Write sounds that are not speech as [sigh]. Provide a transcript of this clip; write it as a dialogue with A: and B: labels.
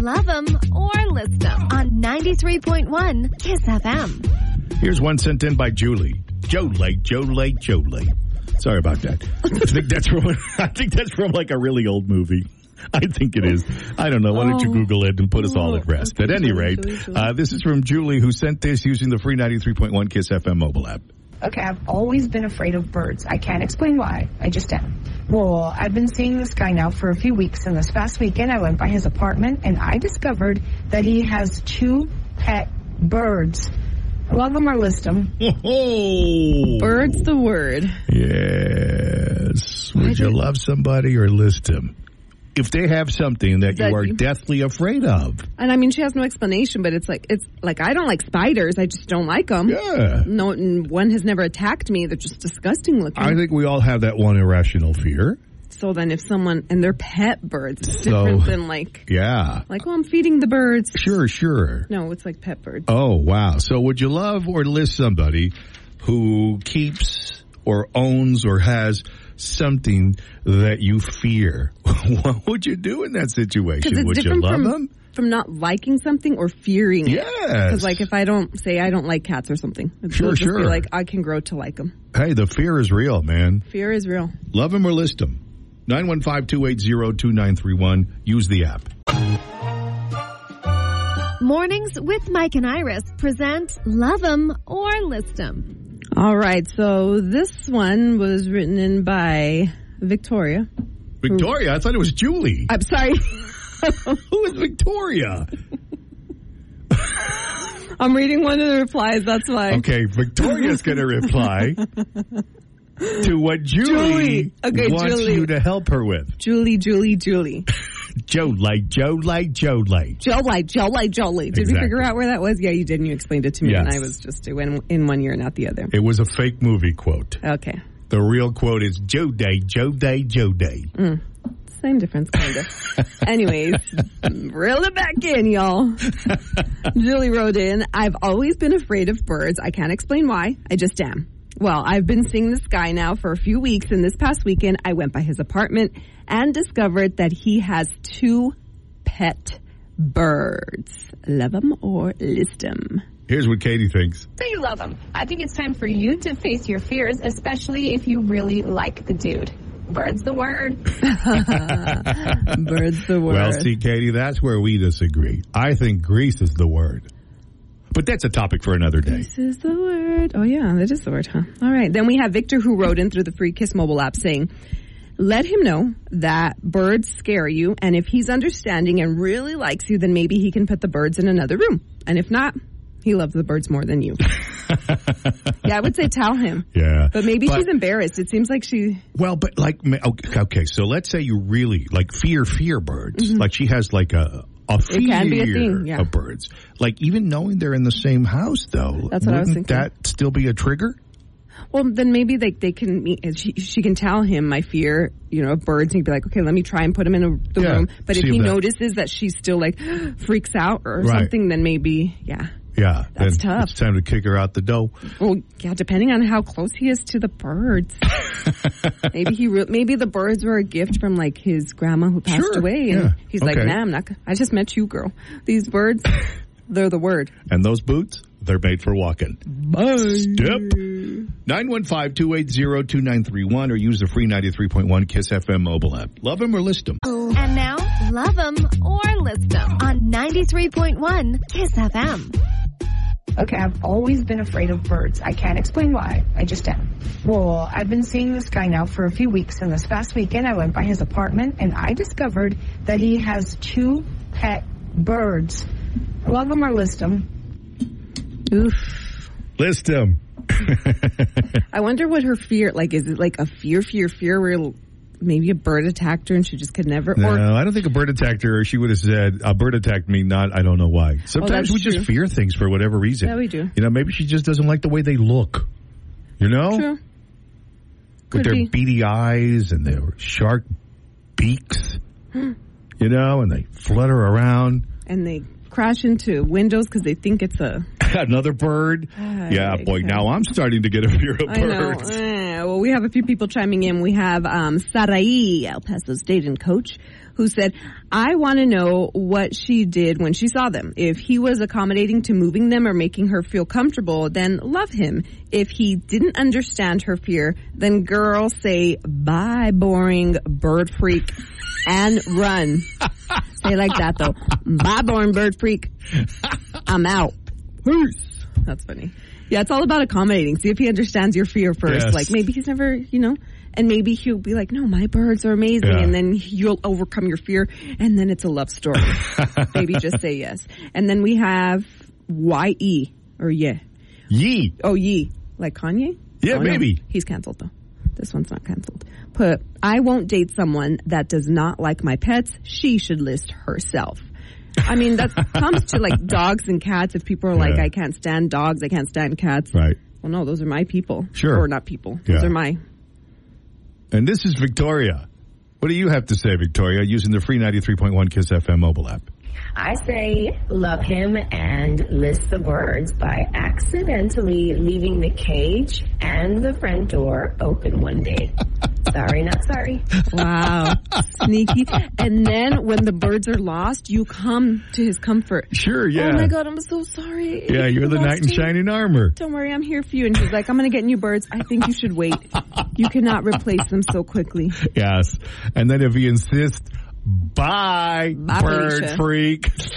A: Love them or list them on 93.1 Kiss FM.
B: Here's one sent in by Julie. Joe Late, Joe Late, Joe Late. Sorry about that. I think that's from [laughs] I think that's from like a really old movie. I think it is. I don't know. Why don't you
C: Oh.
B: Google it and put us all at rest? At any
C: Julie,
B: rate,
C: Julie, Julie.
B: uh, this is from Julie who sent this using the free 93.1 Kiss FM mobile app.
D: Okay, I've always been afraid of birds. I can't explain why. I just am. Well, I've been seeing this guy now for a few weeks, and this past weekend I went by his apartment and I discovered that he has two pet birds. Love them or list them.
B: Oh,
C: Bird's the word.
B: Yes. Would you love somebody or list him? If they have something that,
C: That
B: you are
C: you-
B: deathly afraid of,
C: And I mean, she has no explanation, but it's like, it's like, I don't like spiders. I just don't like them.
B: yeah.
C: No, n- one has never attacked me. They're just disgusting looking.
B: I think we all have that one irrational fear.
C: so then if someone, and they're pet birds, it's
B: So-
C: different than like,
B: Yeah.
C: like, oh, I'm feeding the birds.
B: Sure, sure.
C: No, it's like pet birds.
B: Oh, wow. So would you love or list somebody who keeps or owns or has something that you fear? [laughs] what would you do in that
C: Because
B: situation?
C: it's
B: Would you
C: different
B: love
C: from,
B: them?
C: from not liking something or fearing it.
B: Yes.
C: Because like if I don't say I don't like cats or something, it'll
B: Sure,
C: just
B: sure.
C: Be like I can grow to like them.
B: hey, the fear is real, man.
C: Fear is real.
B: Love them or list them. 915-280-2931. Use the app.
A: Mornings with Mike and Iris present Love them or list them.
C: All right, so this one was written in by Victoria.
B: Victoria, I thought it was Julie.
C: I'm sorry, [laughs]
B: Who is Victoria?
C: I'm reading one of the replies. That's why.
B: Okay, Victoria's going to
C: [laughs]
B: reply to what Julie,
C: Julie. Okay,
B: wants
C: Julie.
B: you to help her with.
C: Julie, Julie, Julie,
B: Joe Light, Joe Light, Joe Light.
C: Jolie, Jolie, Jolie. Did
B: Exactly.
C: we figure out where that was? Yeah, you did, and you explained it to me,
B: Yes.
C: and I was just in, in one year, not the other.
B: It was a fake movie quote.
C: Okay,
B: The real quote is Joe Day, Joe Day, Joe Day.
C: Same difference, kind of. Anyways, reel it back in, y'all. Julie wrote in, I've always been afraid of birds. I can't explain why. I just am. Well, I've been seeing this guy now for a few weeks, and this past weekend I went by his apartment and discovered that he has two pet birds. Love 'em or list 'em.
B: Here's what Katie thinks.
E: say you love him. I think it's time for you to face your fears, especially if you really like the dude. Bird's the word.
C: Birds the word.
B: Well, see, Katie, that's where we disagree. I think Greece is the word. But that's a topic for another day.
C: This is the word. Oh yeah, that is the word, huh? All right. Then we have Victor who wrote in through the free Kiss mobile app saying, "Let him know that birds scare you, and if he's understanding and really likes you, then maybe he can put the birds in another room. And if not, he loves the birds more
B: [laughs]
C: than you." yeah, I would say tell him.
B: Yeah.
C: But maybe
B: But-
C: she's embarrassed. It seems like she
B: Well, but like, ma- okay, okay, so let's say you really like fear, fear birds. Like she has like a a fear
C: Mm-hmm. It can be a thing, yeah.
B: of birds. Like even knowing they're in the same house, though,
C: That's what I was
B: wouldn't
C: thinking.
B: that still be a trigger?
C: Well, then maybe like they can meet. and She, she can tell him my fear, you know, of birds, and he'd be like, okay, let me try and put him in a, the
B: Yeah,
C: room. But if
B: see
C: he
B: that.
C: notices that she's still like [gasps] freaks out or
B: Right.
C: something, then maybe yeah.
B: Yeah,
C: That's
B: then
C: tough.
B: It's time to kick her out the door.
C: Well, yeah, depending on how close he is to the
B: [laughs]
C: birds, maybe he re- maybe the birds were a gift from like his grandma who passed
B: Sure,
C: away, and
B: yeah,
C: he's
B: okay.
C: like, nah, I'm not. g- I just met you, girl. These
B: [laughs]
C: birds, they're the word.
B: And those boots, they're made for walking. Step. 915-280-2931 or use the free 93.1 KISS FM mobile app. Love them or list them.
C: Oh.
A: And now, Love them or list them on 93.1 Kiss FM.
D: Okay, I've always been afraid of birds. I can't explain why. I just am. Well, I've been seeing this guy now for a few weeks, and this past weekend I went by his apartment and I discovered that he has two pet birds. Love them or list them.
C: Oof.
B: List them.
C: I wonder what her fear like. Is it like a fear, fear, fear? Where maybe a bird attacked her and she just could never.
B: No,
C: Or
B: I don't think a bird attacked her. She would have said, a bird attacked me, not, I don't know why. Sometimes
C: that's
B: we just
C: true.
B: fear things for whatever reason.
C: Yeah, we do.
B: You know, maybe she just doesn't like the way they look. You know?
C: True.
B: With
C: Could
B: their
C: be.
B: beady eyes and their sharp
C: [gasps]
B: beaks. you know, and they flutter around.
C: and they crash into windows because they think it's a
B: [laughs] Another bird? yeah, boy, now I'm starting to get a fear of
C: I know.
B: birds.
C: Eh, well, we have a few people chiming in. We have um, Sarai, El Paso State and coach, who said, "I want to know what she did when she saw them. If he was accommodating to moving them or making her feel comfortable, then love him. If he didn't understand her fear, then girl, say bye, boring bird freak, and run. say it like that though. Bye, boring bird freak. I'm out. Peace. That's funny. Yeah, it's all about accommodating. See if he understands your fear first.
B: Yes.
C: Like maybe he's never, you know, and maybe he'll be like, "No, my birds are amazing,"
B: Yeah.
C: and then you'll overcome your fear, and then it's a
B: [laughs]
C: love story. maybe just say yes. And then we have Y E or yeah.
B: Yee.
C: Oh, Yee, like Kanye.
B: Yeah,
C: Oh, no.
B: maybe.
C: he's canceled though. This one's not canceled. Put, I won't date someone that does not like my pets. She should list herself. I
B: [laughs]
C: mean, that comes to like dogs and cats. If people are like,
B: Yeah.
C: I can't stand dogs, I can't stand cats.
B: Right.
C: Well, no, those are my people.
B: Sure.
C: Or not people. Those
B: Yeah.
C: are my.
B: And this is Victoria. What do you have to say, Victoria, using the free 93.1 KISS FM mobile app?
F: I say love him and list the words by accidentally leaving the cage and the front door open one day. sorry, not sorry.
B: [laughs]
C: Wow. Sneaky. And then when the birds are lost, you come to his comfort.
B: Sure, yeah.
C: Oh my God, I'm so sorry.
B: Yeah, you're the
C: Lost
B: knight in
C: you.
B: shining armor.
C: Don't worry, I'm here for you. And he's like, I'm going to get new birds. I think you should wait. You cannot replace them so quickly.
B: Yes. And then if you insist, bye,
C: Bye,
B: bird
C: Felicia.
B: freak.